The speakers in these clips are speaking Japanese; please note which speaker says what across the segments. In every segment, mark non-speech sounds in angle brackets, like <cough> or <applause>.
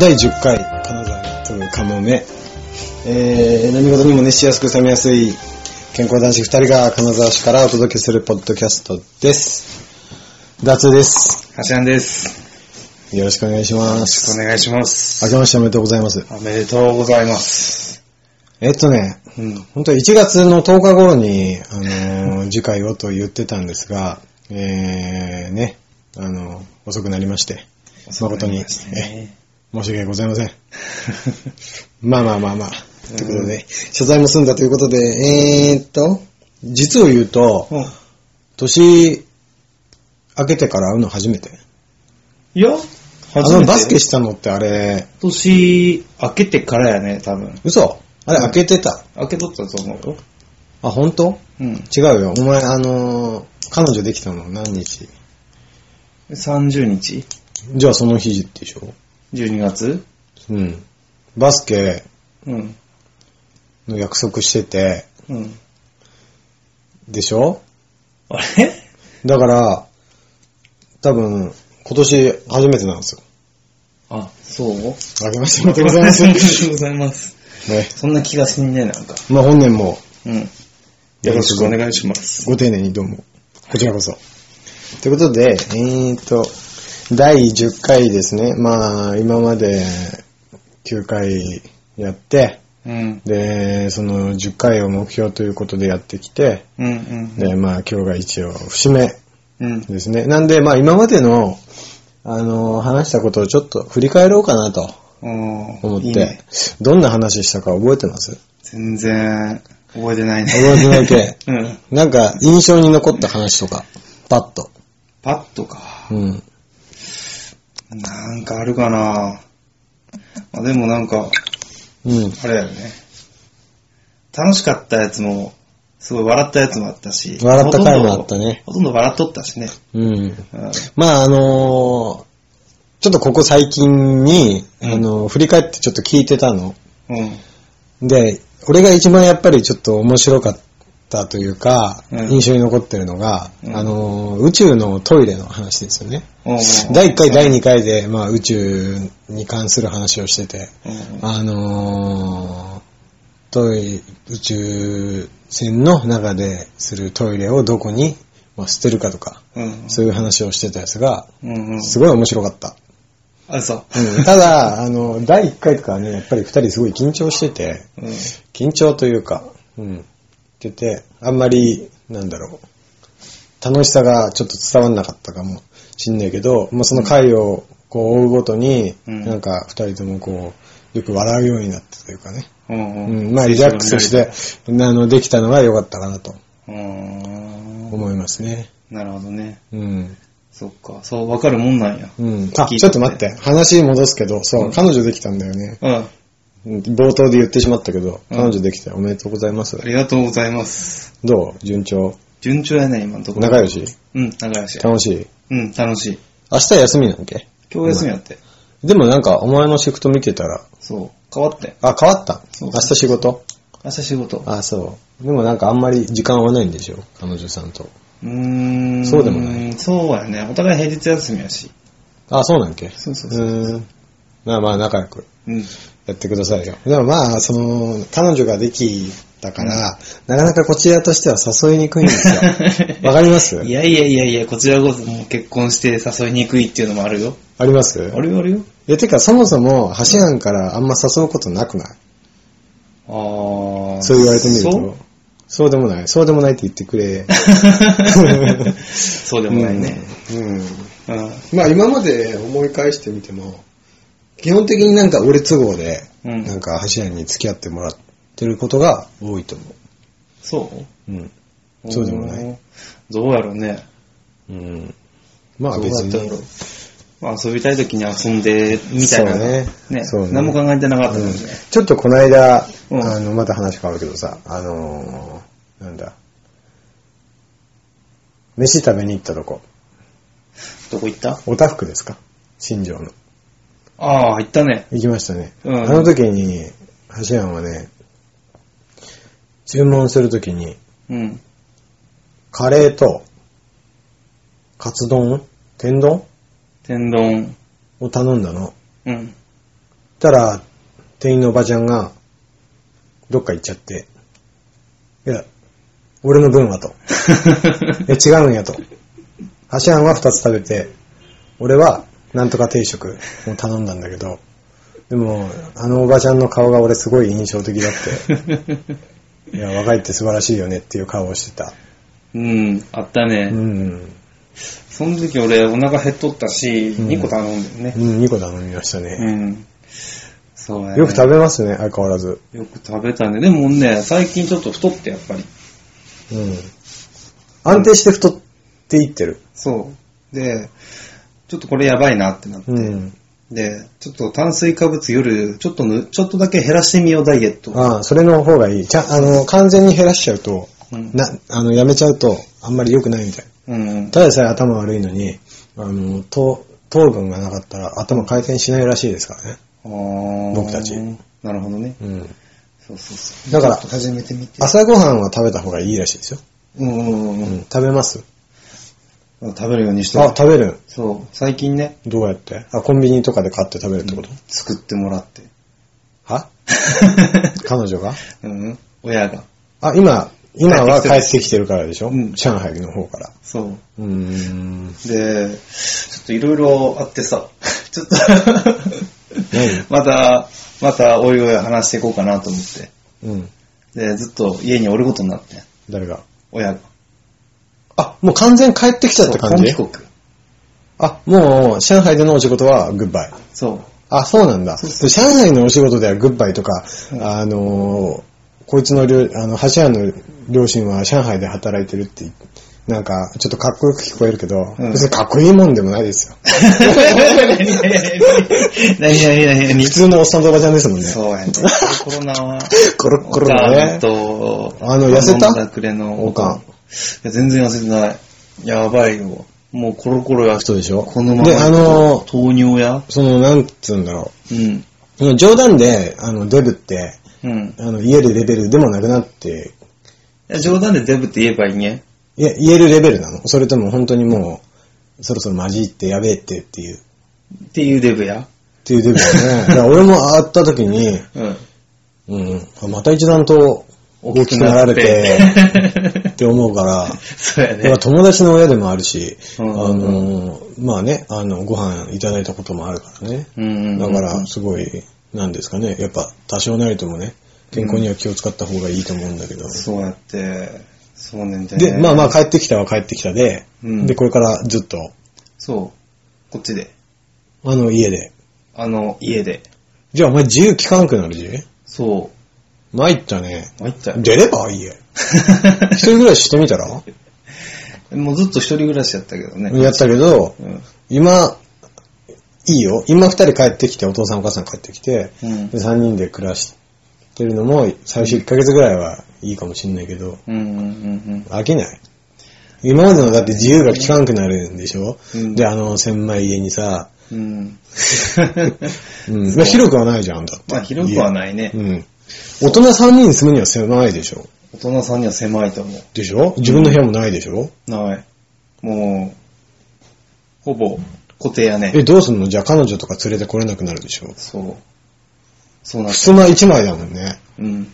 Speaker 1: 第10回、金沢というかもめ。えー、何事にも熱しやすく冷めやすい健康男子2人が金沢市からお届けするポッドキャストです。脱です。
Speaker 2: はしゃんです。
Speaker 1: よろしくお願いします。
Speaker 2: お願いします。
Speaker 1: 明けましておめでとうございます。
Speaker 2: おめでとうございます。
Speaker 1: えっとね、
Speaker 2: うん。
Speaker 1: 本当は1月の10日頃に、あのー <laughs> 次回をと言ってたんですが、えー、ね、あの、遅くなりまして、誠に、え
Speaker 2: ね。
Speaker 1: 申し訳ござい <laughs> ません。まあまあまあまあ。ということで、謝罪も済んだということで、えーっと、実を言うと、
Speaker 2: うん
Speaker 1: 年明けてから会うの初めて。
Speaker 2: いや、
Speaker 1: あ
Speaker 2: 初
Speaker 1: の
Speaker 2: めて
Speaker 1: バスケしたのってあれ、
Speaker 2: 年明けてからやね、多分。
Speaker 1: 嘘あれ
Speaker 2: うん
Speaker 1: 開けてた。
Speaker 2: 明けとったと思うよ。
Speaker 1: あ、本当
Speaker 2: うん。
Speaker 1: 違うよ。お前、あのー彼女できたの何日
Speaker 2: 30日
Speaker 1: じゃあその日でしょ
Speaker 2: ?12 月
Speaker 1: うん。バスケ
Speaker 2: うん。
Speaker 1: の約束してて、
Speaker 2: うん。
Speaker 1: でしょ
Speaker 2: あれ
Speaker 1: だから、多分、今年初めてなんですよ。
Speaker 2: あ、そう
Speaker 1: あげましておめでとうございます。
Speaker 2: おめ
Speaker 1: ね
Speaker 2: で。 <laughs> とうございます。そんな気がしんねえ、なんか。
Speaker 1: まあ本年も
Speaker 2: うん。よろしくお願いします。
Speaker 1: ご丁寧にどうも。こちらこそ。ということで、えーと、第10回ですね。まあ、今まで9回やって、
Speaker 2: うん。
Speaker 1: で、その10回を目標ということでやってきて、
Speaker 2: うんうん。
Speaker 1: で、まあ今日が一応節目
Speaker 2: うん。
Speaker 1: ですね。なんで、まあ今までの、あの、話したことをちょっと振り返ろうかなと思
Speaker 2: 思
Speaker 1: って、どんな話したか覚えてます
Speaker 2: 全然、覚えてないね。
Speaker 1: 覚えてないけ
Speaker 2: <laughs> うん。
Speaker 1: なんか印象に残った話とか、パッと。
Speaker 2: パッとか。
Speaker 1: うん。
Speaker 2: なんかあるかなまあでもなんか、
Speaker 1: うん。
Speaker 2: あれだよね。楽しかったやつも、すごい笑ったやつもあったし。
Speaker 1: 笑った回もあ
Speaker 2: ほとんど
Speaker 1: ったね
Speaker 2: ほとんど笑っとったしね。
Speaker 1: うん。
Speaker 2: うん。
Speaker 1: まああのーちょっとここ最近に、
Speaker 2: うん
Speaker 1: あのー振り返ってちょっと聞いてたの。
Speaker 2: うん。
Speaker 1: で、俺が一番やっぱりちょっと面白かったというか、
Speaker 2: うん
Speaker 1: 印象に残ってるのが、
Speaker 2: うん
Speaker 1: あのー宇宙のトイレの話ですよね。
Speaker 2: うん
Speaker 1: 第1回、第2回で、まあ、宇宙に関する話をしてて、
Speaker 2: うん
Speaker 1: あのートイ宇宙船の中でするトイレをどこに、まあ、捨てるかとか、
Speaker 2: うん。
Speaker 1: そういう話をしてたやつが、
Speaker 2: うん。うん。
Speaker 1: すごい面白かった。
Speaker 2: あ、そう。
Speaker 1: うんただ、あの、第1回とかはね、やっぱり2人すごい緊張してて、
Speaker 2: うん。
Speaker 1: 緊張というか、うん、てて、あんまり、なんだろう、楽しさがちょっと伝わんなかったかもしんないけど、もうその回をこう追うごとに、
Speaker 2: うん
Speaker 1: なんか二人ともこう、よく笑うようになったというかね、
Speaker 2: うん
Speaker 1: う
Speaker 2: うん
Speaker 1: ん、まあリラックスして、あの、できたのは良かったかなと
Speaker 2: うん。
Speaker 1: 思いますね。
Speaker 2: なるほどね。
Speaker 1: うん。
Speaker 2: そっか。そう、わかるもんなんや。
Speaker 1: うん。あ、
Speaker 2: 聞いて
Speaker 1: ちょっと待って、話戻すけど、そう、
Speaker 2: うん
Speaker 1: 彼女できたんだよね。
Speaker 2: うん。あ
Speaker 1: うん冒頭で言ってしまったけど、
Speaker 2: うん
Speaker 1: 彼女できたおめでとうございます。
Speaker 2: りがとうございます。
Speaker 1: どう順調
Speaker 2: 順調やね、今のところ。
Speaker 1: 仲良し
Speaker 2: うん、仲良し。
Speaker 1: 楽しい
Speaker 2: うん、楽しい。
Speaker 1: 明日休みなんけ
Speaker 2: 今日休みやって。
Speaker 1: でもなんか、お前のシフト見てたら、
Speaker 2: そう。変わって。
Speaker 1: あ、変わった。
Speaker 2: そう
Speaker 1: 明日仕事
Speaker 2: 明日仕事。
Speaker 1: あ、そう。でもなんかあんまり時間合わないんでしょ彼女さんと。
Speaker 2: うーん。。
Speaker 1: そうでもない
Speaker 2: そうやね。お互い平日休みやし。
Speaker 1: あ、そうなんけ
Speaker 2: そうそう
Speaker 1: うーん。まあまあ仲良く
Speaker 2: うん。 <laughs>
Speaker 1: やってくださいよ。でもまあ、その、彼女ができたから、なかなかこちらとしては誘いにくいんですよ。
Speaker 2: <laughs>
Speaker 1: わかります
Speaker 2: いやいやいやいや、こちらこそもう結婚して誘いにくいっていうのもあるよ。
Speaker 1: あります
Speaker 2: あるよあるよ。
Speaker 1: え、てかそもそも、橋庵からあんま誘うことなくない
Speaker 2: あー。
Speaker 1: そう言われてみる
Speaker 2: そう
Speaker 1: <laughs> と。そうでもない。そうでもないって言ってくれ。
Speaker 2: そうでもないね。
Speaker 1: うん。うん。
Speaker 2: うん。
Speaker 1: まあ今まで思い返してみても、基本的になんか俺都合で、
Speaker 2: うん
Speaker 1: なんか柱に付き合ってもらってることが多いと思。
Speaker 2: そう
Speaker 1: うん。
Speaker 2: う
Speaker 1: そうでもない。。
Speaker 2: どうやろうね。
Speaker 1: うん。まあ
Speaker 2: どう
Speaker 1: 別
Speaker 2: だったやろ
Speaker 1: に。。
Speaker 2: まあ遊びたい時に遊んで、みたいな。
Speaker 1: そうね
Speaker 2: ね
Speaker 1: そうね
Speaker 2: 何も考えてなかったもんね。
Speaker 1: ちょっとこの間、
Speaker 2: うん
Speaker 1: あの、また話変わるけどさ、あのーなんだ。飯食べに行ったとこ、
Speaker 2: どこ行った
Speaker 1: おたふくですか新庄の。
Speaker 2: あああ、行ったね。
Speaker 1: 行きましたね。
Speaker 2: うん
Speaker 1: あの時に、橋山はね、注文するときに、
Speaker 2: うん。
Speaker 1: カレーと、カツ丼天丼
Speaker 2: 天丼。
Speaker 1: を頼んだの。
Speaker 2: うん。
Speaker 1: たら、店員のおばちゃんが、どっか行っちゃって、いや、俺の分はと。え、違うんやと。ハシアンは2つ食べて、俺はなんとか定食を頼んだんだけど、でも、あのおばちゃんの顔が俺すごい印象的だって、いや、若いって素晴らしいよねっていう顔をしてた。
Speaker 2: <laughs> うん、あったね。
Speaker 1: うん。
Speaker 2: その時俺お腹減っとったし、
Speaker 1: ん
Speaker 2: 2個頼んだよ
Speaker 1: う
Speaker 2: ね。
Speaker 1: ん、2個頼みました
Speaker 2: う
Speaker 1: ね。
Speaker 2: ん。そうやね
Speaker 1: よく食べますね、相変わらず。
Speaker 2: よく食べたね。でもね、最近ちょっと太ってやっぱり。
Speaker 1: うん。安定して太っていってる。
Speaker 2: そう。で、ちょっとこれやばいなってなって。
Speaker 1: うん。
Speaker 2: で、ちょっと炭水化物夜、ちょっとぬ、ちょっとだけ減らしてみようダイエット。
Speaker 1: ああ、それの方がいい。ちゃん、あの、完全に減らしちゃうと、
Speaker 2: うん
Speaker 1: な、あの、やめちゃうと、あんまり良くないみたい。
Speaker 2: うん。
Speaker 1: ただでさえ頭悪いのに、あの、糖、糖分がなかったら頭回転しないらしいですからね。僕
Speaker 2: 僕
Speaker 1: たち
Speaker 2: なるほどね。
Speaker 1: うん。
Speaker 2: そうそうそう。
Speaker 1: だから
Speaker 2: ちょっと始めてみて。
Speaker 1: 朝ごはんは食べた方がいいらしいですよ。
Speaker 2: うんうん
Speaker 1: う
Speaker 2: うんん。
Speaker 1: 食べます
Speaker 2: うん。食べるようにして
Speaker 1: あ、食べる
Speaker 2: そう。最近ね、
Speaker 1: どうやってあ、コンビニとかで買って食べるってこと、
Speaker 2: 作ってもらって。
Speaker 1: は彼女が
Speaker 2: うん。親が。
Speaker 1: あ、今、今は
Speaker 2: 帰っ
Speaker 1: 帰って
Speaker 2: てきてる
Speaker 1: きてるからでしょ、
Speaker 2: うん
Speaker 1: 上海の方から。
Speaker 2: そう。
Speaker 1: うーん。
Speaker 2: で、ちょっといろいろあってさ、ちょっと
Speaker 1: 何、
Speaker 2: また、またおいおい話していこうかなと思って。
Speaker 1: うん。
Speaker 2: で、ずっと家におることになって、
Speaker 1: 誰が
Speaker 2: 親が。
Speaker 1: あ、もう完全帰ってきちゃった感じ
Speaker 2: そう本帰国。
Speaker 1: あ、もう、上海でのお仕事はグッバイ。
Speaker 2: そう。
Speaker 1: あ、そうなんだ。上海のお仕事ではグッバイとか、
Speaker 2: うん
Speaker 1: あのー、こいつの両、あの、橋屋の両親は上海で働いてるって、なんか、ちょっとかっこよく聞こえるけど、
Speaker 2: うん
Speaker 1: 別にかっこいいもんでもないですよ。
Speaker 2: 何何何何
Speaker 1: 普通のおっさんとおばちゃんですもんね。
Speaker 2: そうやね。コロナは、
Speaker 1: コロッコロだね
Speaker 2: おかんと、
Speaker 1: あの痩せた
Speaker 2: 飲んだくれの
Speaker 1: おかん
Speaker 2: いや、全然痩せてない。やばいよ。もうコロコロや
Speaker 1: 人でしょ
Speaker 2: このまま。
Speaker 1: で、あのー、
Speaker 2: 糖尿や。
Speaker 1: その、なんつうんだろ
Speaker 2: うん。
Speaker 1: う。その冗談で、あの、デブって、
Speaker 2: うん。い
Speaker 1: あの、言えるレベルでもなくなって、
Speaker 2: や、冗談でデブって言えばいいね。
Speaker 1: いや、言えるレベルなのそれとも本当にもう、そろそろ混じってやべえってっていう。
Speaker 2: っていうデブや。
Speaker 1: っていうデブだね。だから俺も会った時に、
Speaker 2: うん。
Speaker 1: うん、また一段と大きくなられてって思うから、
Speaker 2: <laughs> そうや
Speaker 1: 俺
Speaker 2: ね
Speaker 1: は。友達の親でもあるし、あ
Speaker 2: うん
Speaker 1: の、まあね、あの、ご飯いただいたこともあるからね。
Speaker 2: うん
Speaker 1: だから、すごい、なんですかね、やっぱ多少なりともね、健康には気を使った方がいいと思うんだけど。
Speaker 2: そうやって、そうねんだよね
Speaker 1: で、まあまあ帰ってきたは帰ってきたで、
Speaker 2: うん
Speaker 1: で、これからずっと、
Speaker 2: そう。こっちで。
Speaker 1: あの、家で。
Speaker 2: あの、家で。
Speaker 1: じゃあお前自由聞かんくなるじ
Speaker 2: そ
Speaker 1: 参ったね。
Speaker 2: う。参ったよ。
Speaker 1: 出ればいいや。一人暮らししてみたら
Speaker 2: <laughs> もうずっと一人暮らしやったけど
Speaker 1: <laughs>
Speaker 2: ね。
Speaker 1: やったけど、
Speaker 2: うん。
Speaker 1: 今、いいよ。今二人帰ってきて、お父さんお母さん帰ってきて、
Speaker 2: うん
Speaker 1: で三人で暮らしてるのも、最初1ヶ月ぐらいはいいかもしんないけど、
Speaker 2: うんうんうん
Speaker 1: 飽きない。今までのだって自由が効かんくなるんでしょ、
Speaker 2: うん
Speaker 1: で、あの、千枚家にさ、
Speaker 2: うん。うん。
Speaker 1: うん、まあ広くはないじゃん、だって。
Speaker 2: まあ広くはないね
Speaker 1: う。ん。大人三人住むには狭いでしょ
Speaker 2: 大人さんには狭いと思
Speaker 1: でしょ自分の部屋もないでしょ、
Speaker 2: う。ない。もう、ほぼ固定やね。
Speaker 1: え、どうすんのじゃあ彼女とか連れてこれなくなるでしょ
Speaker 2: そう。そうなっ
Speaker 1: 襖一枚だもんね。
Speaker 2: うん。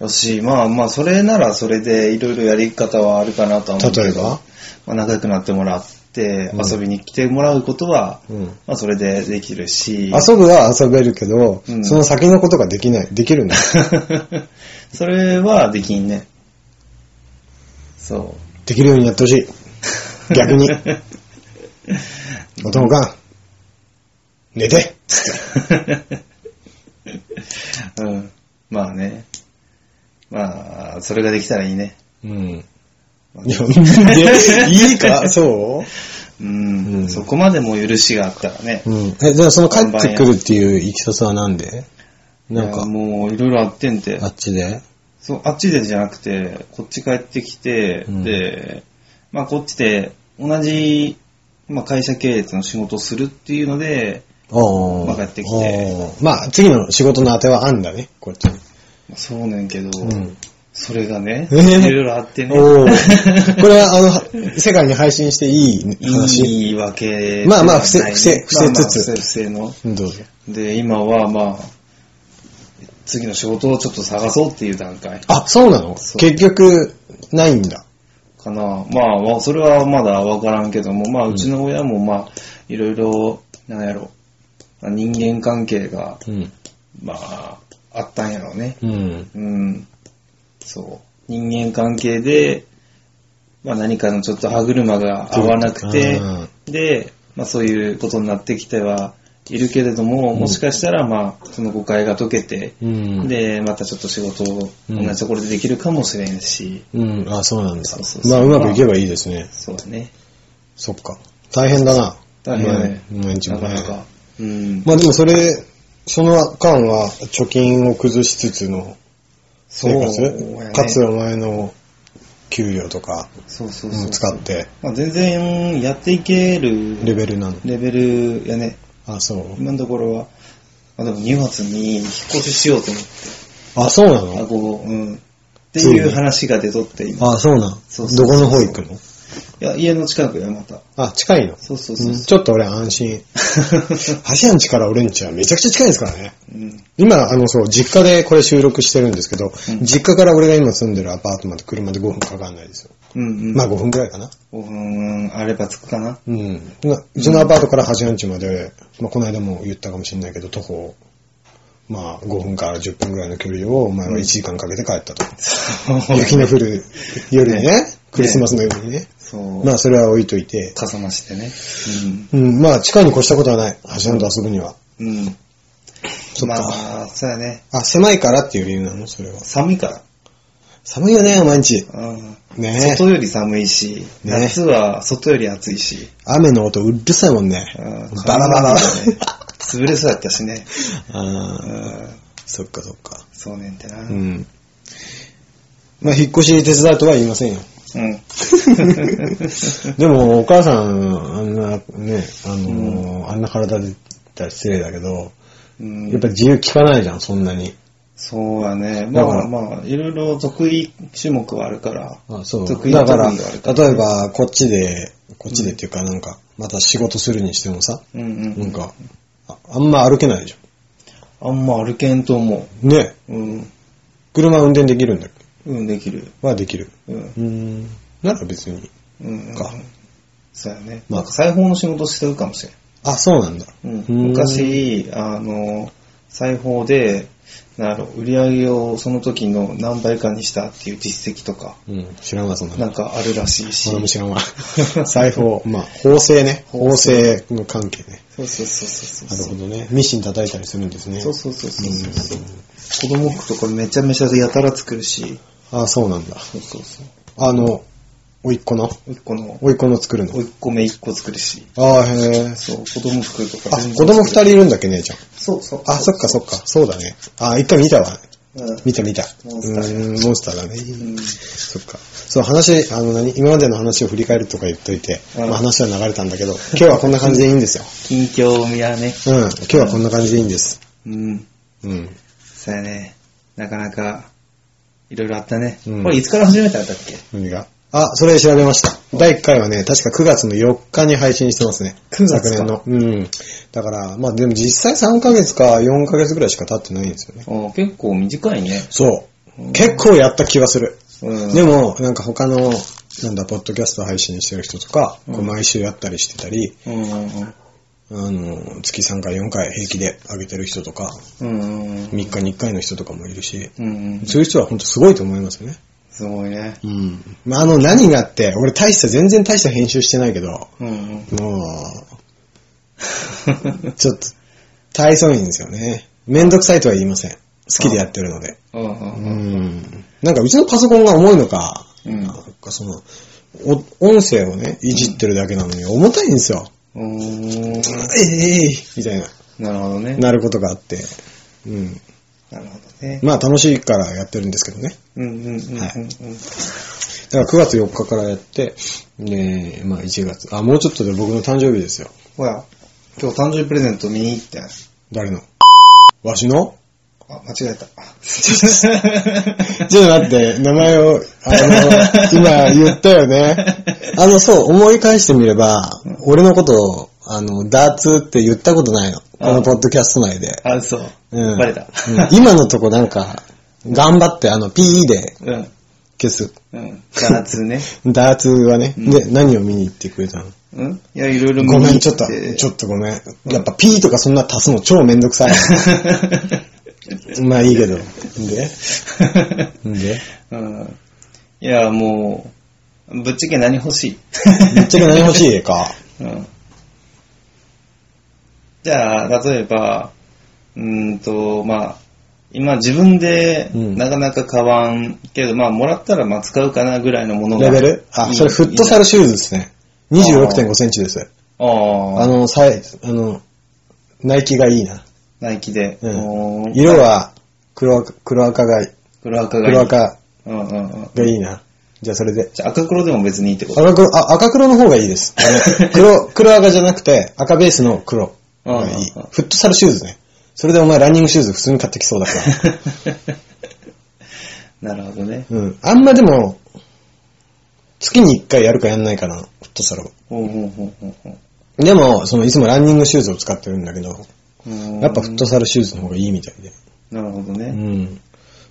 Speaker 2: よし、まあまあ、それならそれでいろいろやり方はあるかなとは思うけど。
Speaker 1: 例えば
Speaker 2: まあ、仲良くなってもらって、
Speaker 1: うん
Speaker 2: 遊びに来てもらうことは、
Speaker 1: うん
Speaker 2: まあ、それでできるし。
Speaker 1: 遊ぶは遊べるけど、
Speaker 2: うん
Speaker 1: その先のことができない、できるんだ。
Speaker 2: それはできんね。そ
Speaker 1: できるようにやってほしい。
Speaker 2: う。
Speaker 1: 逆におともかん、寝て。
Speaker 2: <laughs> うん。まあね。まあ、それができたらいいね。
Speaker 1: うん。いや、
Speaker 2: <laughs>
Speaker 1: でいいかそううん
Speaker 2: ん。そこまでも許しがあったらね
Speaker 1: う。ん。え、じゃあその帰ってくるっていういきさつはなんでなん
Speaker 2: いや
Speaker 1: か、
Speaker 2: もういろいろあってんて
Speaker 1: あ。っちで
Speaker 2: そう、あっちでじゃなくて、こっち帰ってきて、
Speaker 1: うん
Speaker 2: で、まあこっちで同じ、まあ、会社系列の仕事をするっていうので、
Speaker 1: おー
Speaker 2: まあ帰ってきて
Speaker 1: おーまあ、次の仕事の当てはあんだね、こっちに。
Speaker 2: そうねんけど、
Speaker 1: うん
Speaker 2: それがね、
Speaker 1: え
Speaker 2: い
Speaker 1: ー
Speaker 2: ろいろあってね、
Speaker 1: お
Speaker 2: <laughs>
Speaker 1: ーこれは、あの、世界に配信していい話。
Speaker 2: いいわけ
Speaker 1: まあまあ
Speaker 2: ではない
Speaker 1: 伏せ伏せ
Speaker 2: まあまあ
Speaker 1: 伏せつつ
Speaker 2: 伏せ伏せの。
Speaker 1: うんどうぞ。
Speaker 2: で、今はまあ、次の仕事をちょっと探そうっていう段階
Speaker 1: あ、そうなの
Speaker 2: そう
Speaker 1: 結局、ないんだ。
Speaker 2: かな。まあまあ、それはまだわからんけども、まあ、うちの親もまあ、いろいろ、なんやろ、まあ人間関係が、
Speaker 1: うん。
Speaker 2: まあ、あったんやろうね。
Speaker 1: うん。
Speaker 2: うん。そう。人間関係で、まあ何かのちょっと歯車が合わなくて、
Speaker 1: うん
Speaker 2: で、まあそういうことになってきてはいるけれども、もしかしたらまあその誤解が解けて、
Speaker 1: うん。
Speaker 2: で、またちょっと仕事を
Speaker 1: うん
Speaker 2: 同じところでできるかもしれんし、
Speaker 1: うん、あ、そうなんだ
Speaker 2: そうそう。そう
Speaker 1: まあ、うまくいけばいいですね。
Speaker 2: そうだね。
Speaker 1: そっか。大変だな。
Speaker 2: 大変だね。
Speaker 1: 毎日
Speaker 2: な
Speaker 1: も
Speaker 2: か
Speaker 1: ね
Speaker 2: なか。うん。
Speaker 1: まあでもそれ、その間は貯金を崩しつつの生活、
Speaker 2: やね
Speaker 1: かつお前の給料とか
Speaker 2: そうそうそう。
Speaker 1: も使って
Speaker 2: まあ全然やっていける
Speaker 1: レベルなの。
Speaker 2: レベルやね。
Speaker 1: あ、そう。
Speaker 2: 今のところは、まあ、でも2月に引っ越ししようと思って、
Speaker 1: あ、そうな
Speaker 2: あ
Speaker 1: の
Speaker 2: こう、うん。っていう話が出とって、今。
Speaker 1: あ、そうなの
Speaker 2: そうそうそう
Speaker 1: どこの方行くの
Speaker 2: いや、家の近くよ、また。
Speaker 1: あ、近いの。
Speaker 2: そうそうそううん
Speaker 1: ちょっと俺安心。橋アンチから俺んちはめちゃくちゃ近いですからね。
Speaker 2: うん。
Speaker 1: 今、あの、そう、実家でこれ収録してるんですけど、実家から俺が今住んでるアパートまで車で5分かかんないですよ。
Speaker 2: <laughs> うんうん。
Speaker 1: まあ5分くらいかな。
Speaker 2: 5分あれば着くか
Speaker 1: <laughs>
Speaker 2: な。
Speaker 1: うん。なうちのアパートから橋アンチまで、まあこの間も言ったかもしれないけど、徒歩、まあ5分から10分くらいの距離をお前は1時間かけて帰ったと。雪の降る夜に
Speaker 2: <laughs>
Speaker 1: ね、クリスマスの夜にね。
Speaker 2: そう。
Speaker 1: まあそれは置いといて。
Speaker 2: かさ増してね。
Speaker 1: うん、まあ地下に越したことはない。橋アンチ遊ぶには。
Speaker 2: うん。うん。
Speaker 1: そっか
Speaker 2: まあ、そうやね。
Speaker 1: あ、狭いからっていう理由なのそれは。
Speaker 2: 寒いか
Speaker 1: 寒いよね、毎日。
Speaker 2: ら。うん。
Speaker 1: ねえ。
Speaker 2: 外より寒いし、
Speaker 1: ね
Speaker 2: 夏は外より暑いし、
Speaker 1: 雨の音うるさいもんね。
Speaker 2: うん
Speaker 1: バラバラ。
Speaker 2: ね <laughs> 潰れそうやったしね。う
Speaker 1: ああ、
Speaker 2: ん。
Speaker 1: そっかそっか。
Speaker 2: そうねんて
Speaker 1: う。
Speaker 2: な。
Speaker 1: ん。まあ、引っ越し手伝うとは言いませんよ。
Speaker 2: うん。
Speaker 1: <laughs> でも、お母さん、あんな、ね、あのー、あんな体で言ったら失礼だけど、
Speaker 2: うん
Speaker 1: やっぱ自由聞かないじゃん、そんなに。
Speaker 2: そうやね。まあ
Speaker 1: だから
Speaker 2: まあ、いろいろ得意種目はあるから。
Speaker 1: あそう。
Speaker 2: 得意
Speaker 1: だか
Speaker 2: な
Speaker 1: ら、
Speaker 2: 部分があるから
Speaker 1: 例えば、こっちで、こっちでっていうか、なんか、また仕事するにしてもさ、
Speaker 2: うんうん。
Speaker 1: なんか、ああんま歩けないでし
Speaker 2: あんま歩けんと思
Speaker 1: ょ。ね。
Speaker 2: う。うん。
Speaker 1: 車運転できるんだっけ
Speaker 2: うん、できる。
Speaker 1: はできる。
Speaker 2: うん。
Speaker 1: うん。なら別に。
Speaker 2: うん。
Speaker 1: か
Speaker 2: そうやね。
Speaker 1: まあ
Speaker 2: なんか裁縫の仕事してるかもし
Speaker 1: あ、そうなんだ。
Speaker 2: れん。うん。
Speaker 1: うん
Speaker 2: 昔、あの、裁縫で、なんやろ、売り上げをその時の何倍かにしたっていう実績とか、
Speaker 1: うん。知らんわ、そんな
Speaker 2: な
Speaker 1: の。
Speaker 2: んかあるらしいし。
Speaker 1: 俺も知らんわ。裁縫。まあ、縫製ね。縫製の関係ね。
Speaker 2: そうそうそうそう
Speaker 1: なる
Speaker 2: そう。
Speaker 1: ほどね。ミシン叩いたりするんですね。
Speaker 2: そうそうそうそうそう。
Speaker 1: うん
Speaker 2: 子供服とかめちゃめちゃやたら作るし。
Speaker 1: あ、そうなんだ。
Speaker 2: そうそうそう。
Speaker 1: あの、おいっ子の
Speaker 2: 一個の、
Speaker 1: おいっ子の作るの
Speaker 2: お。一個目一個作るし。
Speaker 1: あーへえ。
Speaker 2: そう、子供服とか
Speaker 1: あ、
Speaker 2: 全部
Speaker 1: 子供二人いるんだっけ、姉ちゃん。
Speaker 2: そうそう。
Speaker 1: あ、そっかそっか。そうだね。あ、一回見たわ。
Speaker 2: うん
Speaker 1: 見た見た。う
Speaker 2: モンスター
Speaker 1: ーん、モンスターだ
Speaker 2: う
Speaker 1: ね。
Speaker 2: ん。
Speaker 1: そっか。そう、話、あの、何今までの話を振り返るとか言っといて、
Speaker 2: うん
Speaker 1: まあ話は流れたんだけど、今日はこんな感じでいいんですよ。
Speaker 2: 近況見やね。
Speaker 1: うん、今日はこんな感じでいいんです。
Speaker 2: うん。
Speaker 1: うん。
Speaker 2: そうやね。なかなか、いろいろあったね。
Speaker 1: うん
Speaker 2: これいつから始めたんだっけ
Speaker 1: 何があ、それ調べました。第1回はね、確か9月の4日に配信してますね。
Speaker 2: 9月か
Speaker 1: 昨年の。うん。だから、まあでも実際3ヶ月か4ヶ月ぐらいしか経ってないんですよね。
Speaker 2: ああ結構短いね。
Speaker 1: そう
Speaker 2: う。ん
Speaker 1: 結構やった気はする。
Speaker 2: うん。
Speaker 1: でも、なんか他の、なんだ、ポッドキャスト配信してる人とか、こう
Speaker 2: うん
Speaker 1: 毎週やったりしてたり、
Speaker 2: うんうん
Speaker 1: あの、月3回4回平気で上げてる人とか、
Speaker 2: うん。うんうん。
Speaker 1: 3日に1回の人とかもいるし、
Speaker 2: うんうん。
Speaker 1: そういう人は本当すごいと思いますよね。
Speaker 2: すごいね。
Speaker 1: うん。まあ、あの、何があって、俺大した、全然大した編集してないけど、
Speaker 2: うん <laughs> うん。
Speaker 1: もう、ちょっと、大層いんですよね。めんどくさいとは言いません。好きでやってるので。
Speaker 2: うんう
Speaker 1: うん
Speaker 2: うん。
Speaker 1: ん。なんか、うちのパソコンが重いのか、
Speaker 2: うん
Speaker 1: なんかその、お音声をね、いじってるだけなのに重たいんですよ。
Speaker 2: うーん。
Speaker 1: ええみたいな、
Speaker 2: なるほどね。
Speaker 1: なることがあって。うん。
Speaker 2: なるほどね。
Speaker 1: まあ、楽しいからやってるんですけどね。
Speaker 2: うんうんうんうんうん。
Speaker 1: はいだから9月4日からやって、ねえまあ1月。あ、もうちょっとで僕の誕生日ですよ。
Speaker 2: ほら、今日誕生日プレゼント見に行ってん。
Speaker 1: 誰のわしの
Speaker 2: あ、間
Speaker 1: <laughs>
Speaker 2: 違えた。
Speaker 1: ちょっと待って、名前を、あの、今言ったよね。あの、そう、思い返してみれば、俺のことを、あの、ダーツって言ったことないの。このポッドキャスト内で。
Speaker 2: あ、そう。
Speaker 1: うん
Speaker 2: バレた。
Speaker 1: うん今のとこなんか、頑張って、あの、PE で
Speaker 2: うん。
Speaker 1: 消す。
Speaker 2: うん。ダーツね。
Speaker 1: ダーツはね。で、何を見に行ってくれたの
Speaker 2: うんいや、いろいろ
Speaker 1: ごめん、ちょっと、ちょ
Speaker 2: っ
Speaker 1: っとごめん。やっぱ P とかそんな足すの超めんどくさい。
Speaker 2: <laughs>
Speaker 1: まあいいけど。でで
Speaker 2: と。 <laughs> うん。いや、もう、ぶっちゃけ何欲しい
Speaker 1: ぶっちゃけ何欲しいか。
Speaker 2: うん。じゃあ、例えば、うーんと、まあ、今自分で
Speaker 1: うん
Speaker 2: なかなか買わんけど、まあ、もらったらまあ使うかなぐらいのものが。
Speaker 1: レベルあ、それフットサルシューズですね。26.5センチです。
Speaker 2: ああ、
Speaker 1: あの、サイズ、あの、ナイキがいいな。
Speaker 2: ナイキで。
Speaker 1: うん
Speaker 2: おー
Speaker 1: 色は黒赤、黒赤が、
Speaker 2: 黒赤がいい。
Speaker 1: 黒赤
Speaker 2: うんうんうん。
Speaker 1: がいいな。じゃあそれで。
Speaker 2: じゃあ赤黒でも別にいいってこと
Speaker 1: 赤黒、あ、赤黒の方がいいです。
Speaker 2: <laughs>
Speaker 1: あの黒、黒赤じゃなくて、赤ベースの黒がいい
Speaker 2: うんうんうん。
Speaker 1: フットサルシューズね。それでお前ランニングシューズ普通に買ってきそうだ
Speaker 2: <laughs>
Speaker 1: から。
Speaker 2: <laughs> なるほどね。
Speaker 1: うん。あんまでも、月に1回やるかやんないかな、フットサルを。
Speaker 2: ほうほうほうほうほう
Speaker 1: でも、その、いつもランニングシューズを使ってるんだけど、
Speaker 2: うーん。
Speaker 1: やっぱフットサルシューズの方がいいみたいで。
Speaker 2: なるほど
Speaker 1: う
Speaker 2: ね。
Speaker 1: ん。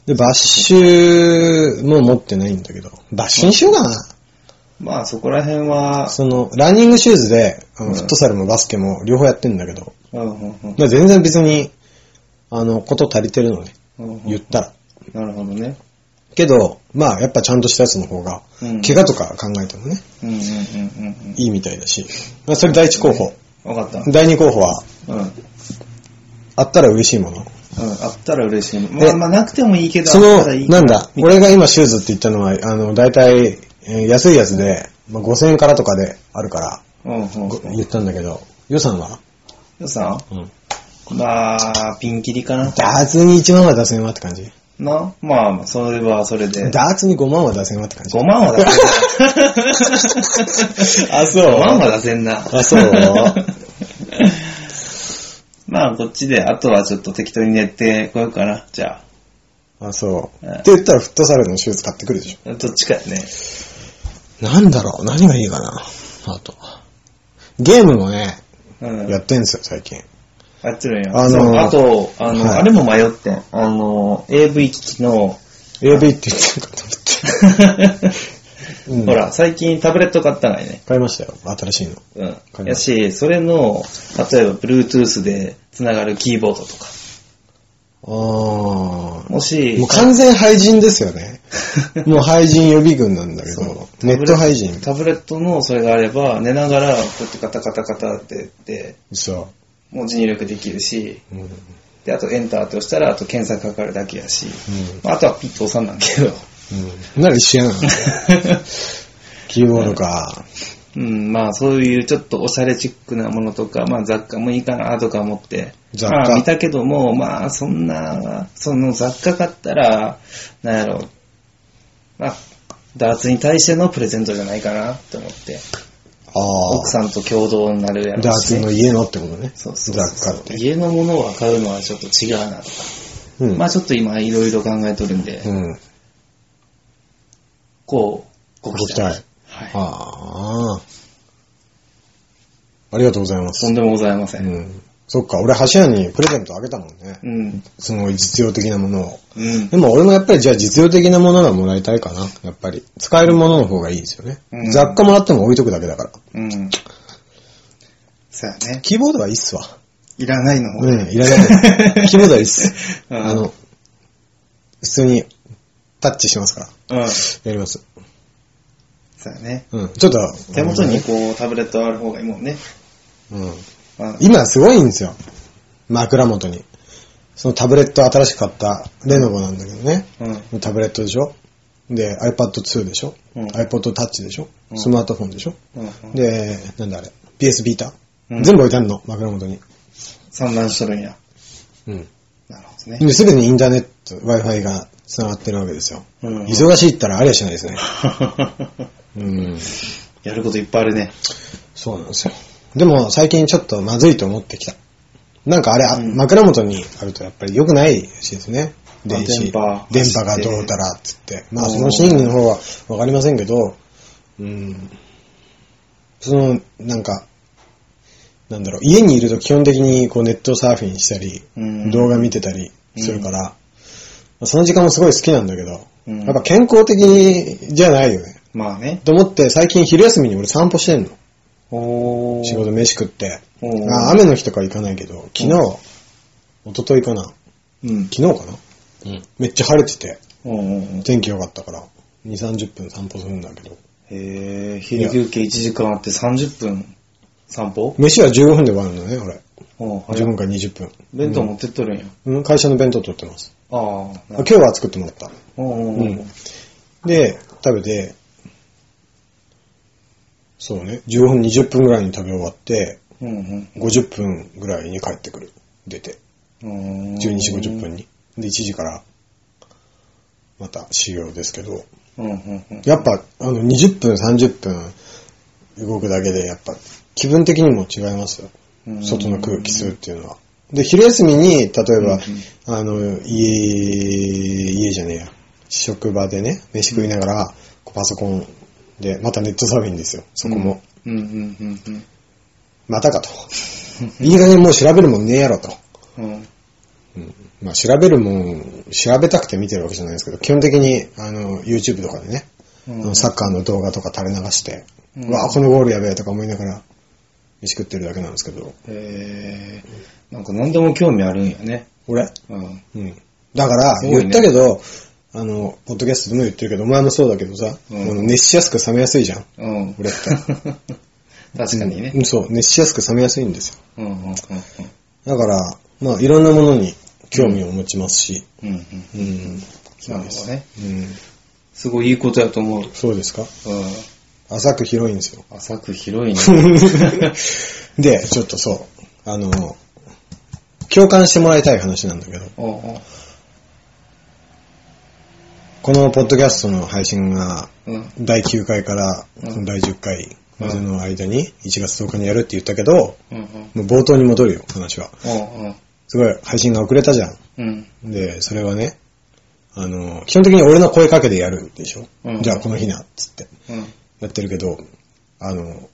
Speaker 1: で、バッシュも持ってないんだけど、バッシュにしようかな。
Speaker 2: まあそこら辺は、
Speaker 1: その、ランニングシューズで、あ
Speaker 2: う
Speaker 1: の
Speaker 2: ん
Speaker 1: フットサルもバスケも両方やってんだけど、
Speaker 2: うんうんうん
Speaker 1: まあ全然別に、あの、こと足りてるのね、
Speaker 2: うんうん
Speaker 1: 言ったら。
Speaker 2: なるほどね。
Speaker 1: けど、まあ、やっぱちゃんとしたやつの方が、
Speaker 2: うん
Speaker 1: 怪我とか考えてもね、
Speaker 2: うんうんうんうん
Speaker 1: いいみたいだし、まあ、それ第一候補。
Speaker 2: うん。わかった。
Speaker 1: 第二候補は、
Speaker 2: うん。うん。
Speaker 1: あったら嬉しいもの。
Speaker 2: あったら嬉しい。まあまあなくてもいいけど、
Speaker 1: そ
Speaker 2: あっ
Speaker 1: の
Speaker 2: たらいい、か
Speaker 1: なんだ、俺が今シューズって言ったのは、あの、大体、えー安いやつで、まあ、5000円からとかであるから、
Speaker 2: うんうん
Speaker 1: ご
Speaker 2: うん。
Speaker 1: 言ったんだけど、予算は
Speaker 2: よさ
Speaker 1: うん。
Speaker 2: んまあ、ピンキリかな。
Speaker 1: ダーツに1万は出せんわって感じ。
Speaker 2: なまあ、それはそれで。
Speaker 1: ダーツに5万は出せんわって感じ。
Speaker 2: 5万は出せ
Speaker 1: <laughs>
Speaker 2: んな。あ、そう。5万は出せんな。
Speaker 1: あそう
Speaker 2: <laughs> まあ、こっちで、あとはちょっと適当に寝てこようかな。じゃ
Speaker 1: あ、そう。
Speaker 2: うん
Speaker 1: って言ったらフットサルのシューズ買ってくるでし
Speaker 2: あ、どっちかやね。
Speaker 1: ょ。なんだろう何がいいかなあと。ゲームもね、
Speaker 2: うん。
Speaker 1: やってんすよ、最近。
Speaker 2: やってるんや。
Speaker 1: あ
Speaker 2: あ
Speaker 1: のー
Speaker 2: のあと、あの、
Speaker 1: はい
Speaker 2: あれも迷ってん。あの、AV 機器の、
Speaker 1: AV って言ってるかと思って。うん
Speaker 2: <laughs> ほら、最近タブレット買ったのよね。
Speaker 1: 買いましたよ、新しいの。
Speaker 2: う
Speaker 1: 買い
Speaker 2: ん。や
Speaker 1: まし
Speaker 2: し、それの、例えば、Bluetooth で繋がるキーボードとか。
Speaker 1: あー。
Speaker 2: もし、
Speaker 1: もう完全廃人ですよね。
Speaker 2: <laughs>
Speaker 1: もう廃人予備軍なんだけど、ネット廃人。
Speaker 2: タブレットのそれがあれば、寝ながら、こうやってカタカタカタってやって、
Speaker 1: そ
Speaker 2: 文字入力できるし、
Speaker 1: う。うん。うん。
Speaker 2: で、あとエンターとしたら、あと検索かかるだけやし、あとはピッと押さんなんけ
Speaker 1: <laughs>
Speaker 2: ど。
Speaker 1: なら一緒やな。キーボードか。
Speaker 2: うん、まあそういうちょっとオシャレチックなものとか、まあ雑貨もいいかなとか思って、
Speaker 1: 雑貨
Speaker 2: まあ見たけども、まあそんな、その雑貨買ったら、なんやろ、まあ、ダーツに対してのプレゼントじゃないかなって思って、
Speaker 1: あ
Speaker 2: 奥さんと共同になるや
Speaker 1: あ。
Speaker 2: ろ
Speaker 1: ダー
Speaker 2: うし
Speaker 1: ツ
Speaker 2: ね、
Speaker 1: の家のってことね。
Speaker 2: そうそうそう
Speaker 1: 雑貨って。
Speaker 2: 家のものは買うのはちょっと違うなとか、
Speaker 1: うん。
Speaker 2: まあちょっと今いろいろ考えとるんで、
Speaker 1: うん。
Speaker 2: こう、ご
Speaker 1: ご
Speaker 2: 期
Speaker 1: 期
Speaker 2: 待。
Speaker 1: 待。
Speaker 2: はい。
Speaker 1: ああ。ありがとうございま
Speaker 2: と
Speaker 1: す
Speaker 2: ん。でもございませ。
Speaker 1: うんん。そっか、俺、橋屋にプレゼントあげたもんね。
Speaker 2: うん。
Speaker 1: その実用的なものを。
Speaker 2: うん
Speaker 1: で。も俺もやっぱりじゃあ実用的なものがもらいたいかな。やっぱり。使えるものの方がいいですよね。
Speaker 2: うん
Speaker 1: 雑貨もらっても置いとくだけだから。
Speaker 2: うん。そうやね。
Speaker 1: キーボードはいいっすわ。
Speaker 2: いらないのも
Speaker 1: う
Speaker 2: <laughs> ね
Speaker 1: ん、いらない。
Speaker 2: <laughs>
Speaker 1: キーボードはいいっす。
Speaker 2: うん
Speaker 1: あの、普通にタッチしますから。
Speaker 2: うん。
Speaker 1: やります。
Speaker 2: そうやね。
Speaker 1: うん。ちょっと。
Speaker 2: 手元にこう、タブレットある方がいいもんね。
Speaker 1: うん。
Speaker 2: うん。
Speaker 1: 今すごいんですよ。枕元に。そのタブレット新しく買ったレノボなんだけどね。
Speaker 2: うん。
Speaker 1: タブレットでしょで、iPad2 でしょ、
Speaker 2: うん
Speaker 1: ?iPod Touch でしょ、
Speaker 2: うん
Speaker 1: スマートフォンでしょ
Speaker 2: うん。
Speaker 1: で、なんだあれ ?PS ビータ、
Speaker 2: うん
Speaker 1: 全部置いてあるの、枕元に。
Speaker 2: 散乱しとるんや。
Speaker 1: うん。
Speaker 2: なるほどね。
Speaker 1: で、すでにインターネット、Wi-Fi が繋がってるわけですよ。
Speaker 2: うん
Speaker 1: 忙しいったらありゃしないですね。うん。
Speaker 2: <laughs> やることいっぱいあるね。
Speaker 1: そうなんですよ。でも最近ちょっとまずいと思ってきた。なんかあれ、あ
Speaker 2: うん
Speaker 1: 枕元にあるとやっぱり良くないらしいですね。
Speaker 2: まあ
Speaker 1: 電子
Speaker 2: 電波
Speaker 1: 電波がどうたらっつって。まあ
Speaker 2: うん
Speaker 1: その真理の方はわかりませんけど、うん。その、なんか、なんだろう、家にいると基本的にこうネットサーフィンしたり、
Speaker 2: うん
Speaker 1: 動画見てたりするから、その時間もすごい好きなんだけど、
Speaker 2: うん
Speaker 1: やっぱ健康的じゃないよね。
Speaker 2: まあね。
Speaker 1: と思って最近昼休みに俺散歩してんの。
Speaker 2: おー。
Speaker 1: 仕事飯食って。
Speaker 2: おー
Speaker 1: あ雨の日とか行かないけど、昨日、一昨日かな。
Speaker 2: うん。
Speaker 1: 昨日かな、めっちゃ晴れてて、
Speaker 2: おーおーおー
Speaker 1: 天気良かったから、2、30分散歩するんだけど。
Speaker 2: へえ、昼休憩1時間あって30分散歩
Speaker 1: 飯は15分で終わるのね、俺。
Speaker 2: お
Speaker 1: 15
Speaker 2: ー早い
Speaker 1: 分から20分。
Speaker 2: 弁当持ってっとるんや。
Speaker 1: うん、会社の弁当取ってます。
Speaker 2: ああ、な
Speaker 1: あ
Speaker 2: る
Speaker 1: 今日は作ってもらった。
Speaker 2: ほどおーおーおー
Speaker 1: で、食べて、そうね、15分、20分ぐらいに食べ終わって、
Speaker 2: うんうん。
Speaker 1: 50分ぐらいに帰ってくる。出て。
Speaker 2: 12
Speaker 1: 12時50分に。で、1時から、また修行ですけど、
Speaker 2: うんうんうん。
Speaker 1: やっぱ、あの、20分、30分動くだけで、やっぱ、気分的にも違いますよ。
Speaker 2: うん
Speaker 1: 外の空気吸うっていうのは。で、昼休みに、例えば、
Speaker 2: う
Speaker 1: あの、家、家じゃねえや、職場でね、飯食いながら、こうパソコンで、またネットサーフィンですよ、そこも。
Speaker 2: うんうんうん
Speaker 1: またかと。いい加減もう調べるもんねえやろと。
Speaker 2: うん。うん。
Speaker 1: まあ、調べるもん、調べたくて見てるわけじゃないですけど、基本的に、あの、YouTube とかでね、
Speaker 2: うん
Speaker 1: あのサッカーの動画とか垂れ流して、
Speaker 2: う
Speaker 1: うんわあこのゴールやべえとか思いながら、飯食ってるだけなんですけど、
Speaker 2: へえ、なんか何でも興味あるんやね。
Speaker 1: 俺
Speaker 2: うん。
Speaker 1: うん。だから、
Speaker 2: すごいね
Speaker 1: 言ったけど、あの、ポッドキャストでも言ってるけど、お前もそうだけどさ、
Speaker 2: うん
Speaker 1: あの熱しやすく冷めやすいじゃん。
Speaker 2: うん。
Speaker 1: 俺って
Speaker 2: <laughs> 確かにね
Speaker 1: う。んそう、熱しやすく冷めやすいんですよ。
Speaker 2: うんうんうんうん。
Speaker 1: だから、まあ、いろんなものに興味を持ちますし、
Speaker 2: うんう
Speaker 1: う
Speaker 2: ん。
Speaker 1: ん。
Speaker 2: なるほどね。
Speaker 1: うん。
Speaker 2: すごいいいことやと思う。
Speaker 1: そうですか
Speaker 2: う
Speaker 1: 浅く広いんですよ。
Speaker 2: ん。浅く広いね。
Speaker 1: <laughs> で、ちょっとそう、あの、共感してもらいたい話なんだけど、
Speaker 2: おう
Speaker 1: このポッドキャストの配信が
Speaker 2: おううん。
Speaker 1: 第9回から
Speaker 2: うん
Speaker 1: 第10回までの間に1月10日にやるって言ったけど、
Speaker 2: うんうん。
Speaker 1: もう冒頭に戻るよ、話は。
Speaker 2: おうおう
Speaker 1: すごい配信が遅れたじゃ
Speaker 2: うん。
Speaker 1: ん。で、それはね、あの、基本的に俺の声かけでやるでしょ。
Speaker 2: うん
Speaker 1: じゃあこの日な、つって。
Speaker 2: うん。
Speaker 1: やってるけど、あの、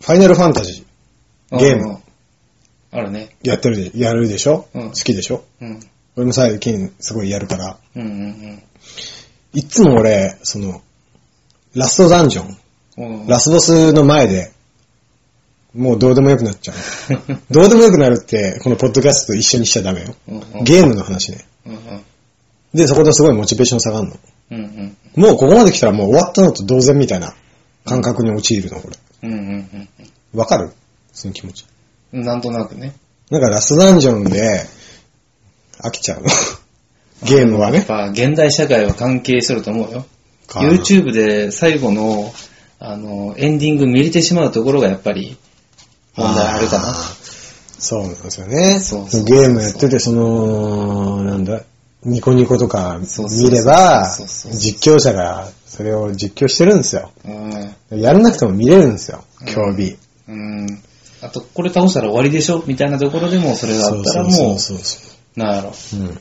Speaker 1: ファイナルファンタジゲーム
Speaker 2: うんうん。あるね。
Speaker 1: ーやってるで、やるでしょ、
Speaker 2: うん
Speaker 1: 好きでしょ
Speaker 2: うん。
Speaker 1: 俺も最近すごいやるから、
Speaker 2: うんうん
Speaker 1: いっつも俺、その、ラストダンジョン、
Speaker 2: うん。
Speaker 1: ラ
Speaker 2: ス
Speaker 1: スボスの前で、もうどうでもよくなっちゃう。
Speaker 2: ト。
Speaker 1: どうでもよくなるって、このポッドキャストと一緒にしちゃダメよ。
Speaker 2: うんうん
Speaker 1: ゲームの話ね。
Speaker 2: うんうん。
Speaker 1: で、そこですごいモチベーション下がるの。
Speaker 2: うんうん。
Speaker 1: もうここまで来たらもう終わったのと同然みたいな感覚に陥るの、これ。
Speaker 2: うんうん
Speaker 1: わかるその気持ち。
Speaker 2: うん。なんとなくね。
Speaker 1: なんかラストダンジョンで、飽きちゃ
Speaker 2: <laughs>
Speaker 1: うの。ゲームは
Speaker 2: やっ
Speaker 1: ね。
Speaker 2: ぱ現代社会は関係すると思うよ。
Speaker 1: か
Speaker 2: YouTube で最後の、あの、エンディング見れてしまうところがやっぱり問題あるかな。
Speaker 1: そうなんですよね。
Speaker 2: そうそう
Speaker 1: ゲームやってて、その、なんだ、ニコニコとか
Speaker 2: そうそうそ
Speaker 1: 見
Speaker 2: う
Speaker 1: れば
Speaker 2: そうそう、そう
Speaker 1: 実況者がそれを実況してるんですよ。
Speaker 2: うん。
Speaker 1: やらなくても見れるんですよ、競技。
Speaker 2: うん。あと、これ倒したら終わりでしょみたいなところでもそれがあったらも、
Speaker 1: そうそう
Speaker 2: なんやろ。
Speaker 1: ううん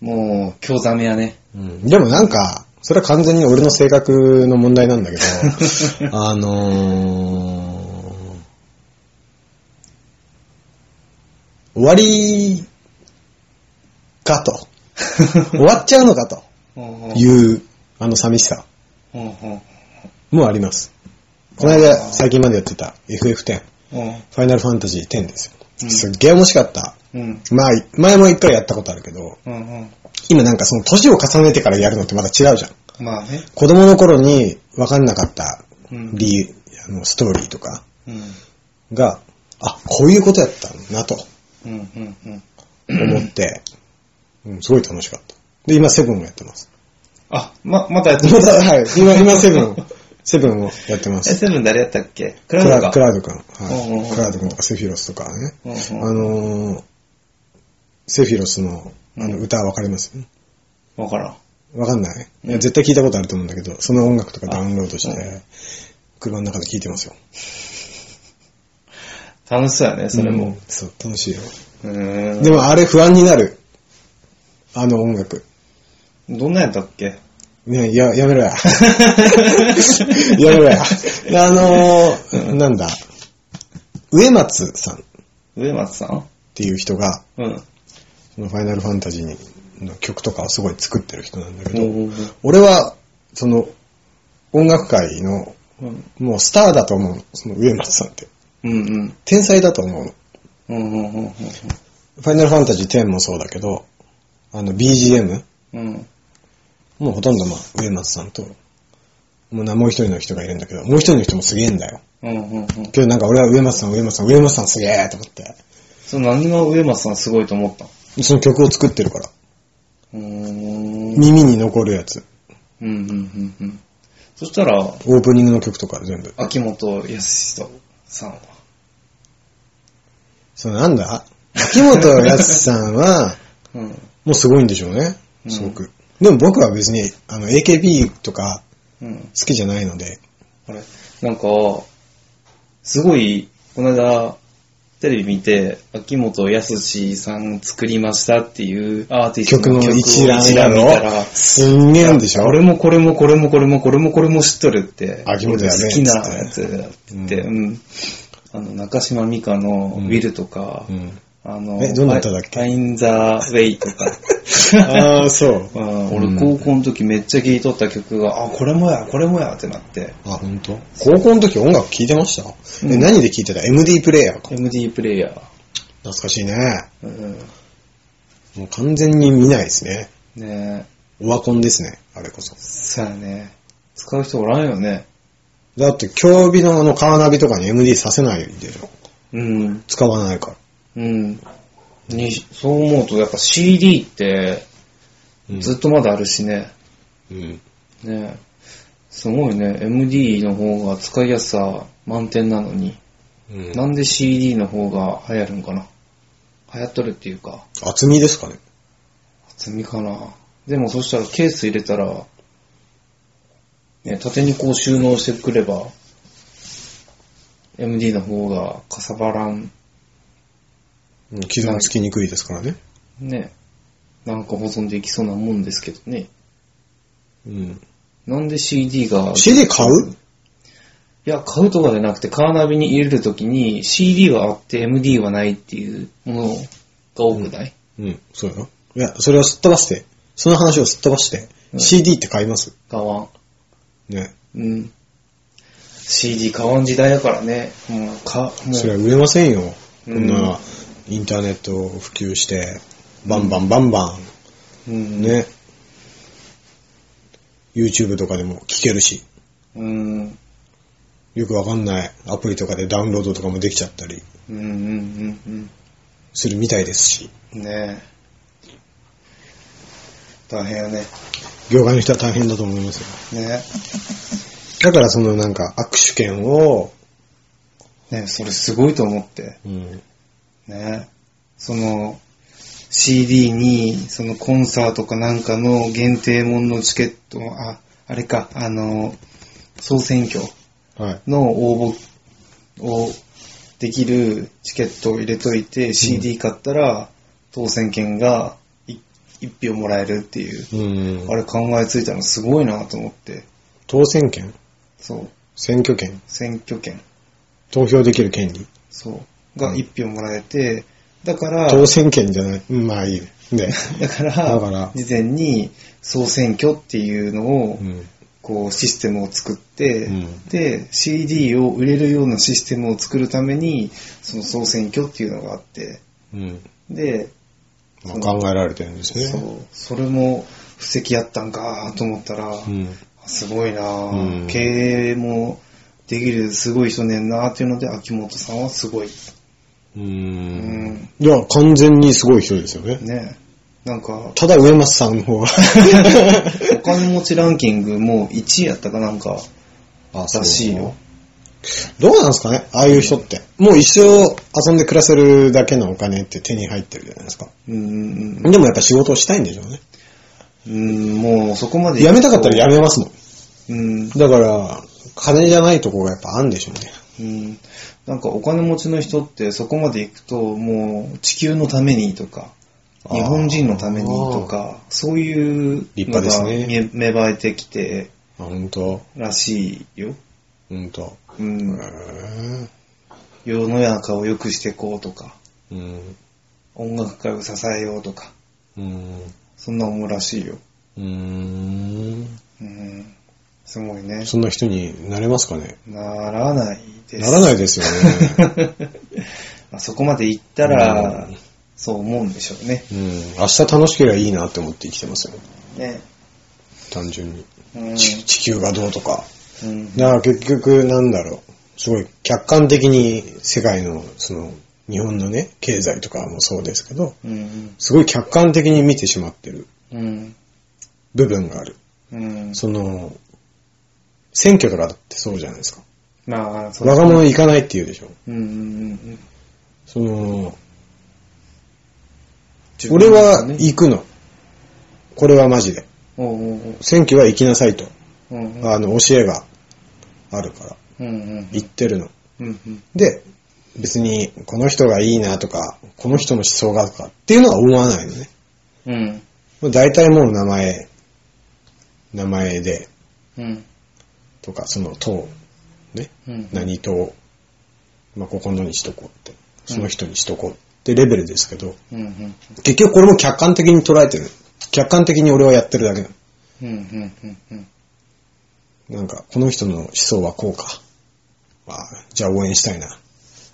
Speaker 2: もう、興ざめやね。
Speaker 1: うんでもなんか、それは完全に俺の性格の問題なんだけ
Speaker 2: <laughs>
Speaker 1: ど、あのー終わりかと。終わっちゃうのかと。
Speaker 2: うんうん
Speaker 1: いう、あの寂しさ
Speaker 2: うんうん
Speaker 1: もあります。この間、最近までやってた FF10、
Speaker 2: うん
Speaker 1: ファイナルファンタジー10です
Speaker 2: う
Speaker 1: よ。
Speaker 2: ん
Speaker 1: すっげえ面白かった。
Speaker 2: うん
Speaker 1: まあ、前も一回やったことあるけど、
Speaker 2: うんうん
Speaker 1: 今なんかその年を重ねてからやるのってまた違うじゃん。
Speaker 2: まあね。
Speaker 1: 子供の頃に分かんなかった
Speaker 2: うん
Speaker 1: 理由、あのストーリーとか
Speaker 2: うん
Speaker 1: が、あ、こういうことやったんだなと
Speaker 2: うんうんうん。
Speaker 1: 思って、うん、すごい楽しかった。で、今セブンもやってます。
Speaker 2: あ、ま、またやって
Speaker 1: ま
Speaker 2: る。
Speaker 1: た、はい、 <laughs> 今、今セブンを、セブンをやってま
Speaker 2: え、
Speaker 1: す。
Speaker 2: セブン誰やったっけ
Speaker 1: ク
Speaker 2: クラウド
Speaker 1: ラ
Speaker 2: か。
Speaker 1: クラウド君。
Speaker 2: うんうんう
Speaker 1: は
Speaker 2: ん
Speaker 1: い。クラウド君とかセフィロスとかね。
Speaker 2: うん
Speaker 1: あ
Speaker 2: うん
Speaker 1: のー、セフィロスのあの
Speaker 2: うん
Speaker 1: 歌わかります
Speaker 2: わからん。
Speaker 1: わかんないいや
Speaker 2: うん
Speaker 1: 絶対聞いたことあると思うんだけど、その音楽とかダウンロードし
Speaker 2: あう
Speaker 1: て、車の中で聞いてますよ。
Speaker 2: 楽しそうやね、それ
Speaker 1: うん
Speaker 2: も。
Speaker 1: そう、楽しいよ。
Speaker 2: うーん。
Speaker 1: でもあれ不安になる。あの音楽。
Speaker 2: どんなんやったっけ
Speaker 1: ね、や、やめ
Speaker 2: <laughs>
Speaker 1: ろや。やめろや。あのー、なんだ。植松さんっ
Speaker 2: 上松さん
Speaker 1: ていう人が、
Speaker 2: うん。
Speaker 1: そのファイナルファンタジーの曲とかをすごい作ってる人なんだけど、
Speaker 2: うん
Speaker 1: 俺は、その、音楽界の、
Speaker 2: うん
Speaker 1: もうスターだと思うの。その植松さんって。
Speaker 2: うん。
Speaker 1: 天才だと思うの。
Speaker 2: うんうんうんうん
Speaker 1: ファイナルファンタジー10もそうだけど、あの BGM、
Speaker 2: うん。うん。
Speaker 1: もうほとんどまあ、植松さんと、もうなもう一人の人がいるんだけど、もう一人の人もすげえんだよ。
Speaker 2: うんうんうん。
Speaker 1: けどなんか俺は植松さん、植松さん、植松さんすげえと思って。
Speaker 2: そう、何が上松さんすごいと思ったの
Speaker 1: その曲を作ってるから。
Speaker 2: うーん。うん
Speaker 1: 耳に残るやつ。
Speaker 2: うんうんうん。そしたら、
Speaker 1: オープニングの曲とか全部。
Speaker 2: 秋元康人さんは。
Speaker 1: そのなんだ秋元康さんは、
Speaker 2: うん。
Speaker 1: もうすごいんでしょうね。すごく。でも僕は別に、あの、AKB とか
Speaker 2: うん。
Speaker 1: 好きじゃないので、
Speaker 2: あれなんか、すごい、この間、テレビ見て、秋元康さん作りましたっていうアーティスト
Speaker 1: 曲の
Speaker 2: の曲を
Speaker 1: 一覧や
Speaker 2: 見た
Speaker 1: ろ
Speaker 2: ら、
Speaker 1: すんげえんでしょ
Speaker 2: 俺もこれもこれもこれもこれもこれも知っとるって。
Speaker 1: 秋元やね
Speaker 2: 好きなやつだって言って、
Speaker 1: う
Speaker 2: うん。あの、中島美嘉の
Speaker 1: うん
Speaker 2: ウィルとか
Speaker 1: う、ん。
Speaker 2: あの、
Speaker 1: えどんな歌だっけ
Speaker 2: ファインザウェイと
Speaker 1: <laughs>
Speaker 2: か。
Speaker 1: ああ、 <laughs> そう。
Speaker 2: うん
Speaker 1: う
Speaker 2: 俺
Speaker 1: ん
Speaker 2: 高校の時めっちゃ聴いとった曲が、あ、これもや、これもやってなって、
Speaker 1: あ、本当？高校の時音楽聴いてました、
Speaker 2: うん
Speaker 1: え何で聴いてた ?MD プレイヤーか。
Speaker 2: MD プレイヤー。
Speaker 1: 懐かしいね。
Speaker 2: うん、
Speaker 1: もう完全に見ないですね。
Speaker 2: ねえ、
Speaker 1: オワコンですね、あれこそ。
Speaker 2: そうやね。使う人おらんよね。
Speaker 1: だって、競技のあのカーナビとかに MD させないでしょ。
Speaker 2: うん。
Speaker 1: 使わないから。
Speaker 2: うん。に、そう思うと、やっぱ CD って、
Speaker 1: うん
Speaker 2: ずっとまだあるしね。
Speaker 1: うん。
Speaker 2: ねえ。すごいね。MD の方が使いやすさ満点なのに。
Speaker 1: うん
Speaker 2: なんで CD の方が流行るんかな。流行っとるっていうか、
Speaker 1: 厚みですかね。
Speaker 2: 厚みかな。でもそしたらケース入れたら、ね、縦にこう収納してくれば、MD の方がかさばらん、
Speaker 1: うん、傷もつきにくいですからね。
Speaker 2: ね、なんか保存できそうなもんですけどね。
Speaker 1: うん。
Speaker 2: なんで CD が、
Speaker 1: CD 買う
Speaker 2: いや、買うとかじゃなくて、カーナビに入れるときに CD はあって MD はないっていうものが多くない、
Speaker 1: うん、そうよ。いや、それをすっ飛ばして、その話をすっ飛ばして、
Speaker 2: うん
Speaker 1: CD って買います
Speaker 2: 買わん。
Speaker 1: ね。
Speaker 2: うん。CD 買わん時代やからね。もう、か、も
Speaker 1: それは
Speaker 2: う、
Speaker 1: 売れませんよ。こ
Speaker 2: うん
Speaker 1: んな、インターネットを普及して、バンバンバンバ
Speaker 2: うん
Speaker 1: ン、。ね。YouTube とかでも聴けるし、
Speaker 2: うん。うん
Speaker 1: よくわかんないアプリとかでダウンロードとかもできちゃったり
Speaker 2: うんうんうん
Speaker 1: するみたいですし、
Speaker 2: うん。ねえ。大変やね。
Speaker 1: 業界の人は大変だと思いますよ。
Speaker 2: ね
Speaker 1: だからそのなんか握手券を、
Speaker 2: え。ねえ、それすごいと思って。
Speaker 1: うん、
Speaker 2: ねその CD にそのコンサートかなんかの限定もののチケットああれかあの総選挙
Speaker 1: はい。
Speaker 2: の応募をできるチケットを入れといて、CD 買ったら当選券が1票もらえるっていう、
Speaker 1: うん
Speaker 2: あれ考えついたのすごいなと思って
Speaker 1: 当選券
Speaker 2: そう
Speaker 1: 選挙権
Speaker 2: 選挙権
Speaker 1: 投票できる権利
Speaker 2: そうが1票もらえてだから
Speaker 1: 当選権じゃない。うんまあいいね。で、
Speaker 2: だから、
Speaker 1: だから
Speaker 2: 事前に総選挙っていうのを、
Speaker 1: うん
Speaker 2: こう、システムを作って、
Speaker 1: うん
Speaker 2: で、CD を売れるようなシステムを作るために、その総選挙っていうのがあって、
Speaker 1: うん
Speaker 2: で、
Speaker 1: まあ、考えられてるんですね。
Speaker 2: そう、それも、布石やったんかと思ったら、
Speaker 1: うん
Speaker 2: すごいなあ、
Speaker 1: うん
Speaker 2: 経営もできるすごい人ねんなっていうので、秋元さんはすごい。
Speaker 1: う。
Speaker 2: うんん。
Speaker 1: いや、完全にすごい人ですよね。
Speaker 2: ねなんか、
Speaker 1: ただ、植松さんの方が。
Speaker 2: <laughs> お金持ちランキングも1位やったかなんか、
Speaker 1: <laughs> あ
Speaker 2: らしいよ。。
Speaker 1: どうなんですかねああいう人って。もう一生遊んで暮らせるだけのお金って手に入ってるじゃないですか。
Speaker 2: うんうんうん
Speaker 1: でもやっぱ仕事をしたいんでしょうね。
Speaker 2: うん、もうそこまで。
Speaker 1: 辞めたかったら
Speaker 2: や
Speaker 1: 辞めますもん。
Speaker 2: うん、
Speaker 1: だから、金じゃないとこがやっぱあるんでしょうね。
Speaker 2: うん。なんかお金持ちの人ってそこまで行くと、もう地球のためにとか、
Speaker 1: あー
Speaker 2: 日本人のためにとか、そういう
Speaker 1: 立派
Speaker 2: の
Speaker 1: です
Speaker 2: が
Speaker 1: ね
Speaker 2: め芽生えてきて
Speaker 1: あ、ほんと
Speaker 2: らしいよ。
Speaker 1: ほんと。
Speaker 2: う。
Speaker 1: うんん。
Speaker 2: 世の中を良くしていこうとか、
Speaker 1: うん。
Speaker 2: 音楽界を支えようとか、
Speaker 1: うん。
Speaker 2: そんな思うらしいよ。
Speaker 1: うん。
Speaker 2: うん。すごいね。
Speaker 1: そんな人になれますかね
Speaker 2: ならないで
Speaker 1: な
Speaker 2: す。
Speaker 1: らないですよね。
Speaker 2: まあそこまで行ったら、そう思うんでしょうね。
Speaker 1: うん。明日楽しければいいなって思って生きてますよ。
Speaker 2: ね。
Speaker 1: 単純に。
Speaker 2: うん。
Speaker 1: ち地球がどうとか。
Speaker 2: うん
Speaker 1: だから結局なんだろう。すごい客観的に世界の、その、日本のね、経済とかもそうですけど、
Speaker 2: うん。
Speaker 1: すごい客観的に見てしまってる
Speaker 2: うん。
Speaker 1: 部分がある。
Speaker 2: うん。
Speaker 1: その、選挙とかだってそうじゃないですか。
Speaker 2: まあ、そう
Speaker 1: 若者行かないって言うでしょ。
Speaker 2: うんうんうん
Speaker 1: その、
Speaker 2: うん。
Speaker 1: 俺は
Speaker 2: 自分のね
Speaker 1: 行くの。これはマジで。
Speaker 2: おうおう
Speaker 1: 選挙は行きなさいと。
Speaker 2: おううんうん
Speaker 1: あの、教えがあるから。
Speaker 2: うん
Speaker 1: 行ってるの。
Speaker 2: うんうん
Speaker 1: で、別にこの人がいいなとか、この人の思想がとかっていうのは思わないのね。
Speaker 2: うん
Speaker 1: もう大体もう名前、名前で、
Speaker 2: うん
Speaker 1: とか、その党、ね、
Speaker 2: うん
Speaker 1: 何党、まあ、ここのにしとこうって、その人にしとこうってレベルですけど、
Speaker 2: うんうん
Speaker 1: 結局これも客観的に捉えてる。客観的に俺はやってるだけなの。
Speaker 2: うんうんうんうん
Speaker 1: なんか、この人の思想はこうか。あじゃあ応援したいな。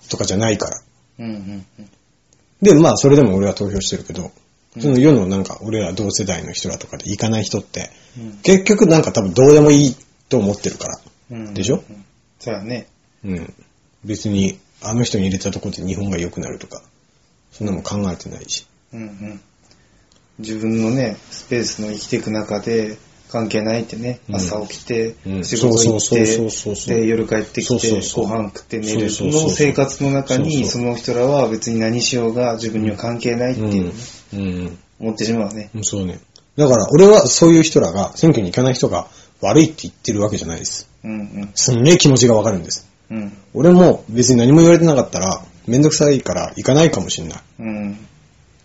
Speaker 1: とかじゃないから。
Speaker 2: うんうん
Speaker 1: で、まあ、それでも俺は投票してるけど、その世のなんか、俺ら同世代の人らとかで行かない人って、
Speaker 2: うん
Speaker 1: 結局なんか多分どうでもいいと思ってるから。
Speaker 2: うん
Speaker 1: でしょ
Speaker 2: うんそうやね
Speaker 1: うん。別に、あの人に入れたとこで日本が良くなるとか、そんなの考えてないし。
Speaker 2: うんうん自分のねスペースの生きていく中で関係ないってね
Speaker 1: うん
Speaker 2: 朝起きて
Speaker 1: うん
Speaker 2: 仕事
Speaker 1: そ
Speaker 2: 行
Speaker 1: う
Speaker 2: っ
Speaker 1: そうそうそう
Speaker 2: て
Speaker 1: そう
Speaker 2: で夜帰って
Speaker 1: そ
Speaker 2: き
Speaker 1: うそ
Speaker 2: て
Speaker 1: うそう
Speaker 2: ご飯食って寝る
Speaker 1: そうそうそう
Speaker 2: の生活の中に
Speaker 1: そ
Speaker 2: そうの人らは別に何しようが自分には関係ないって
Speaker 1: う
Speaker 2: いうんね。
Speaker 1: うん。
Speaker 2: 思ってしまうね
Speaker 1: うんそうね。だから、俺はそういう人らが、選挙に行かない人が悪いって言ってるわけじゃないです。
Speaker 2: うんうん
Speaker 1: すんげえ気持ちがわかるんです。
Speaker 2: うん
Speaker 1: 俺も別に何も言われてなかったら、めんどくさいから行かないかもしんない。
Speaker 2: うん
Speaker 1: っ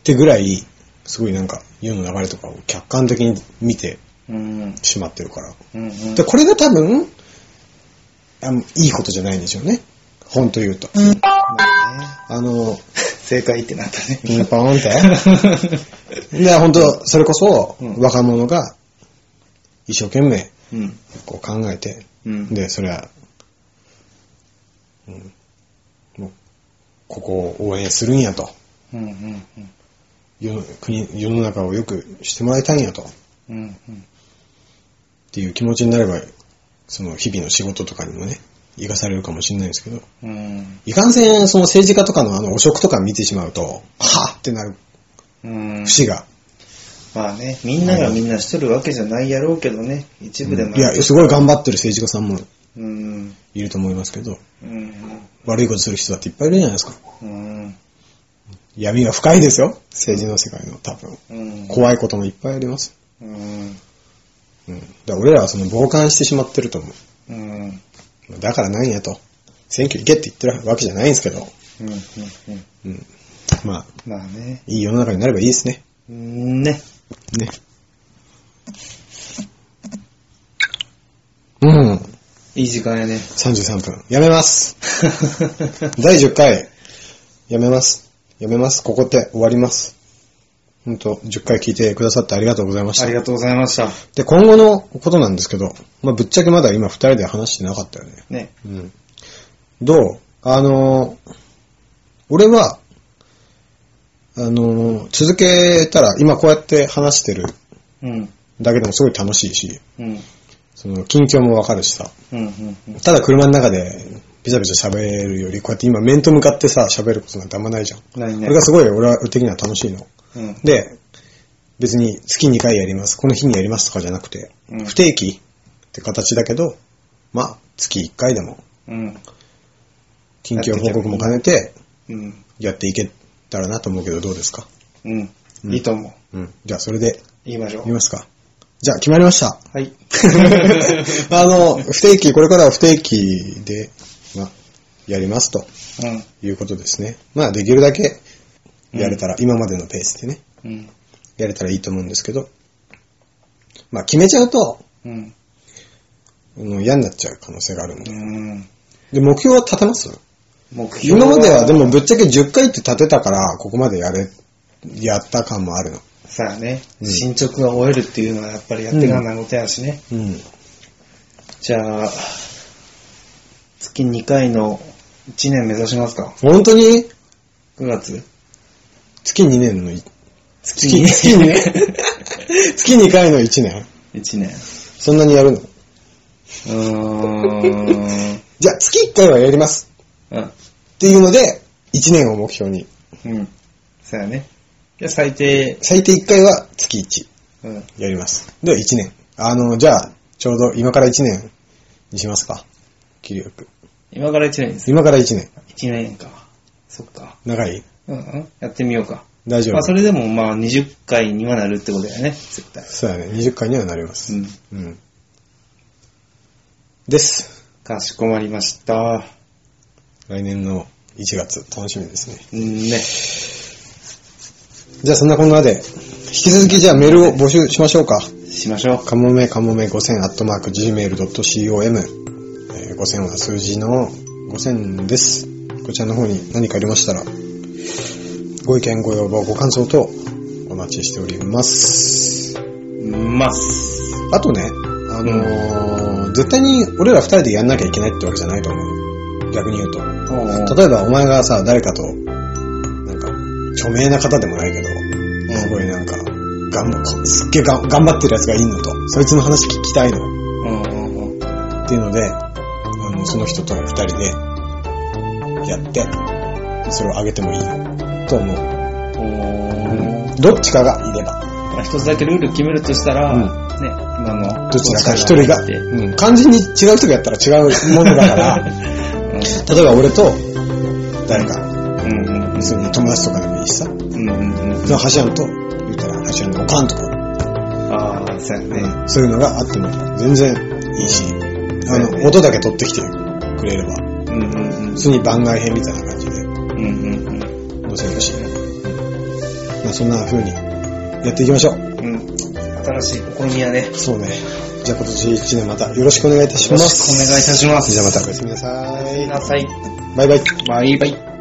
Speaker 1: てぐらい、すごいなんか、世の流れとかを客観的に見て
Speaker 2: うん
Speaker 1: しまってるから。
Speaker 2: うんうん
Speaker 1: で、これが多分、あのいいことじゃないんでしょうね。本当言うと。
Speaker 2: まあね
Speaker 1: あの、
Speaker 2: 正解ってなったね。
Speaker 1: ピンポーンって。で、本当それこそ
Speaker 2: うん、
Speaker 1: 若者が、一生懸命、
Speaker 2: <laughs> うん。
Speaker 1: こう考えて、
Speaker 2: うん。
Speaker 1: で、それは、うん、もう、ここを応援するんやと。
Speaker 2: うんうん
Speaker 1: 世の国世の中を良くしてもらいたいんやと。
Speaker 2: うん。うんうん。
Speaker 1: っていう気持ちになれば、その日々の仕事とかにもね、生かされるかもしれないんですけど、
Speaker 2: うん。
Speaker 1: いかんせん、その政治家とかのあの汚職とか見てしまうと、はぁってなる
Speaker 2: うん。
Speaker 1: 節が。
Speaker 2: まあね、みんながみんなしとるわけじゃないやろうけどね、一部でも
Speaker 1: いや、すごい頑張ってる政治家さんも
Speaker 2: うん。
Speaker 1: いると思いますけど、
Speaker 2: うん。
Speaker 1: 悪いことする人だっていっぱいいるじゃないですか。
Speaker 2: うん。
Speaker 1: 闇が深いですよ。政治の世界の多分。
Speaker 2: うん。
Speaker 1: 怖いこともいっぱいあります。
Speaker 2: うん。
Speaker 1: うん。だから俺らはその傍観してしまってると思う。
Speaker 2: うん。うん。
Speaker 1: だからなんやと。選挙行けって言ってるわけじゃないんですけど。
Speaker 2: うん。う
Speaker 1: う
Speaker 2: ん。
Speaker 1: ん。まあ、
Speaker 2: まあね。
Speaker 1: いい世の中になればいいですね。
Speaker 2: うんね。
Speaker 1: ね。うん。
Speaker 2: いい時間やね。
Speaker 1: 33分。やめます。第10回。やめます。やめます。ここで終わります。ほんと、10回聞いてくださってありがとうございまし
Speaker 2: あ
Speaker 1: た
Speaker 2: り。がとうございました。
Speaker 1: で、今後のことなんですけど、まあ、ぶっちゃけまだ今2人で話してなかったよね。
Speaker 2: ね。
Speaker 1: うん。どうあのー俺は、あのー続けたら、今こうやって話してる
Speaker 2: うん。
Speaker 1: だけでもすごい楽しいし、
Speaker 2: うん。
Speaker 1: その、近況もわかるしさ。
Speaker 2: うん。うん。うん
Speaker 1: ただ車の中で、ビチャビチャ喋るより、こうやって今面と向かってさ、喋ることなんてあんまないじゃん。こ
Speaker 2: ないね
Speaker 1: れ。がすごい俺は的には楽しいの。
Speaker 2: うん。
Speaker 1: で、別に月2回やります、この日にやりますとかじゃなくて、
Speaker 2: うん
Speaker 1: 不定期って形だけど、まあ、月1回でも、
Speaker 2: うん。
Speaker 1: 近況報告も兼ねて、
Speaker 2: うん。
Speaker 1: やっていけたらなと思うけど、どうですか
Speaker 2: うん。
Speaker 1: うん
Speaker 2: いいと思う。
Speaker 1: うん。じゃあ、それで、
Speaker 2: 言いましょ
Speaker 1: 見
Speaker 2: う。
Speaker 1: ますか。じゃあ、決まりました。
Speaker 2: はい。
Speaker 1: <laughs> あの、不定期、これからは不定期で、まあ、やりますと
Speaker 2: うん。
Speaker 1: いうことですね。まあ、できるだけやれたら、今までのペースでね、
Speaker 2: うん。
Speaker 1: やれたらいいと思うんですけど、まあ、決めちゃうと、
Speaker 2: うん。
Speaker 1: あの嫌になっちゃう可能性があるん
Speaker 2: う
Speaker 1: で。
Speaker 2: ん。
Speaker 1: で、目標は立てます
Speaker 2: 目標
Speaker 1: 今までは、でもぶっちゃけ10回って立てたから、ここまでやれ、やった感もあるの。
Speaker 2: さあね、
Speaker 1: うん
Speaker 2: 進捗が終えるっていうのはやっぱりやっていかないことやしね。
Speaker 1: うん。
Speaker 2: じゃあ、月2回の1年目指しますか。
Speaker 1: 本当に
Speaker 2: 9月
Speaker 1: 月2年のい、
Speaker 2: 月
Speaker 1: に <laughs>
Speaker 2: 月に
Speaker 1: 月2回の1年
Speaker 2: <laughs> ?1 年。
Speaker 1: そんなにやるの
Speaker 2: うーん。
Speaker 1: じゃあ、月1回はやります
Speaker 2: うん。
Speaker 1: っていうので、1年を目標に。
Speaker 2: うん。そうやね。じゃあ最低、
Speaker 1: 最低1回は月1
Speaker 2: うん。
Speaker 1: やります。で、1年。あの、じゃあ、ちょうど今から1年にしますか。切りよく。
Speaker 2: 今から1年です。
Speaker 1: 今から1年。
Speaker 2: 1年か。そっか。
Speaker 1: 長い
Speaker 2: うんうん。やってみようか。
Speaker 1: 大丈夫
Speaker 2: まあそれでもまあ20回にはなるってことだよね。絶対。
Speaker 1: そうだね。20回にはなります。
Speaker 2: うん。
Speaker 1: うん。です。
Speaker 2: かしこまりました。
Speaker 1: 来年の1月、楽しみですね。
Speaker 2: うんね。
Speaker 1: じゃあそんなこんなで、引き続きじゃあメールを募集しましょうか。
Speaker 2: しましょう。
Speaker 1: かもめかもめ5000アットマーク gmail.com、えー5000は数字の5000です。こちらの方に何かありましたら、ご意見、ご要望、ご感想等お待ちしております。
Speaker 2: ます。
Speaker 1: あとね、あのー絶対に俺ら二人でやんなきゃいけないってわけじゃないと思う。逆に言うと。例えばお前がさ、誰かと、なんか、著名な方でもないけど、すごいなんか、頑張、すっげえがん頑張ってるやつがいいのと、そいつの話聞きたいの
Speaker 2: うんうんうん。
Speaker 1: っていうので、あの、その人と二人で、やって、それをあげてもいいな、と思う。
Speaker 2: お
Speaker 1: どっちかがいれば、
Speaker 2: ー一つだけルール決めるとしたら、
Speaker 1: うん
Speaker 2: ね、今の、
Speaker 1: どちらか一人が、
Speaker 2: う
Speaker 1: うん、完全に違う人がやったら違うものだ <laughs> から、
Speaker 2: ん
Speaker 1: 例えば俺と、誰か、
Speaker 2: うんうん
Speaker 1: 別に友達とかでもいいしさ、そ
Speaker 2: うんうんうん。
Speaker 1: のハシアンと、言ったら、ハシアンのおかんとか、
Speaker 2: ああ、そうやね。
Speaker 1: ね、そういうのがあっても全然いいし、あの、音だけ取ってきてくれれば、
Speaker 2: うんうんうん
Speaker 1: 普。通に番外編みたいな感じで
Speaker 2: うんうんうん。
Speaker 1: 載せるし、まあそんな風にやっていきましょう。
Speaker 2: うん。新しい試みやね。
Speaker 1: そうね。じゃあ今年1年またよろしくお願いいたします。
Speaker 2: よろしくお願いいたします
Speaker 1: じゃあまたおやすみなさ
Speaker 2: おやすみなさい。
Speaker 1: い。バイバイ。
Speaker 2: バイバイ。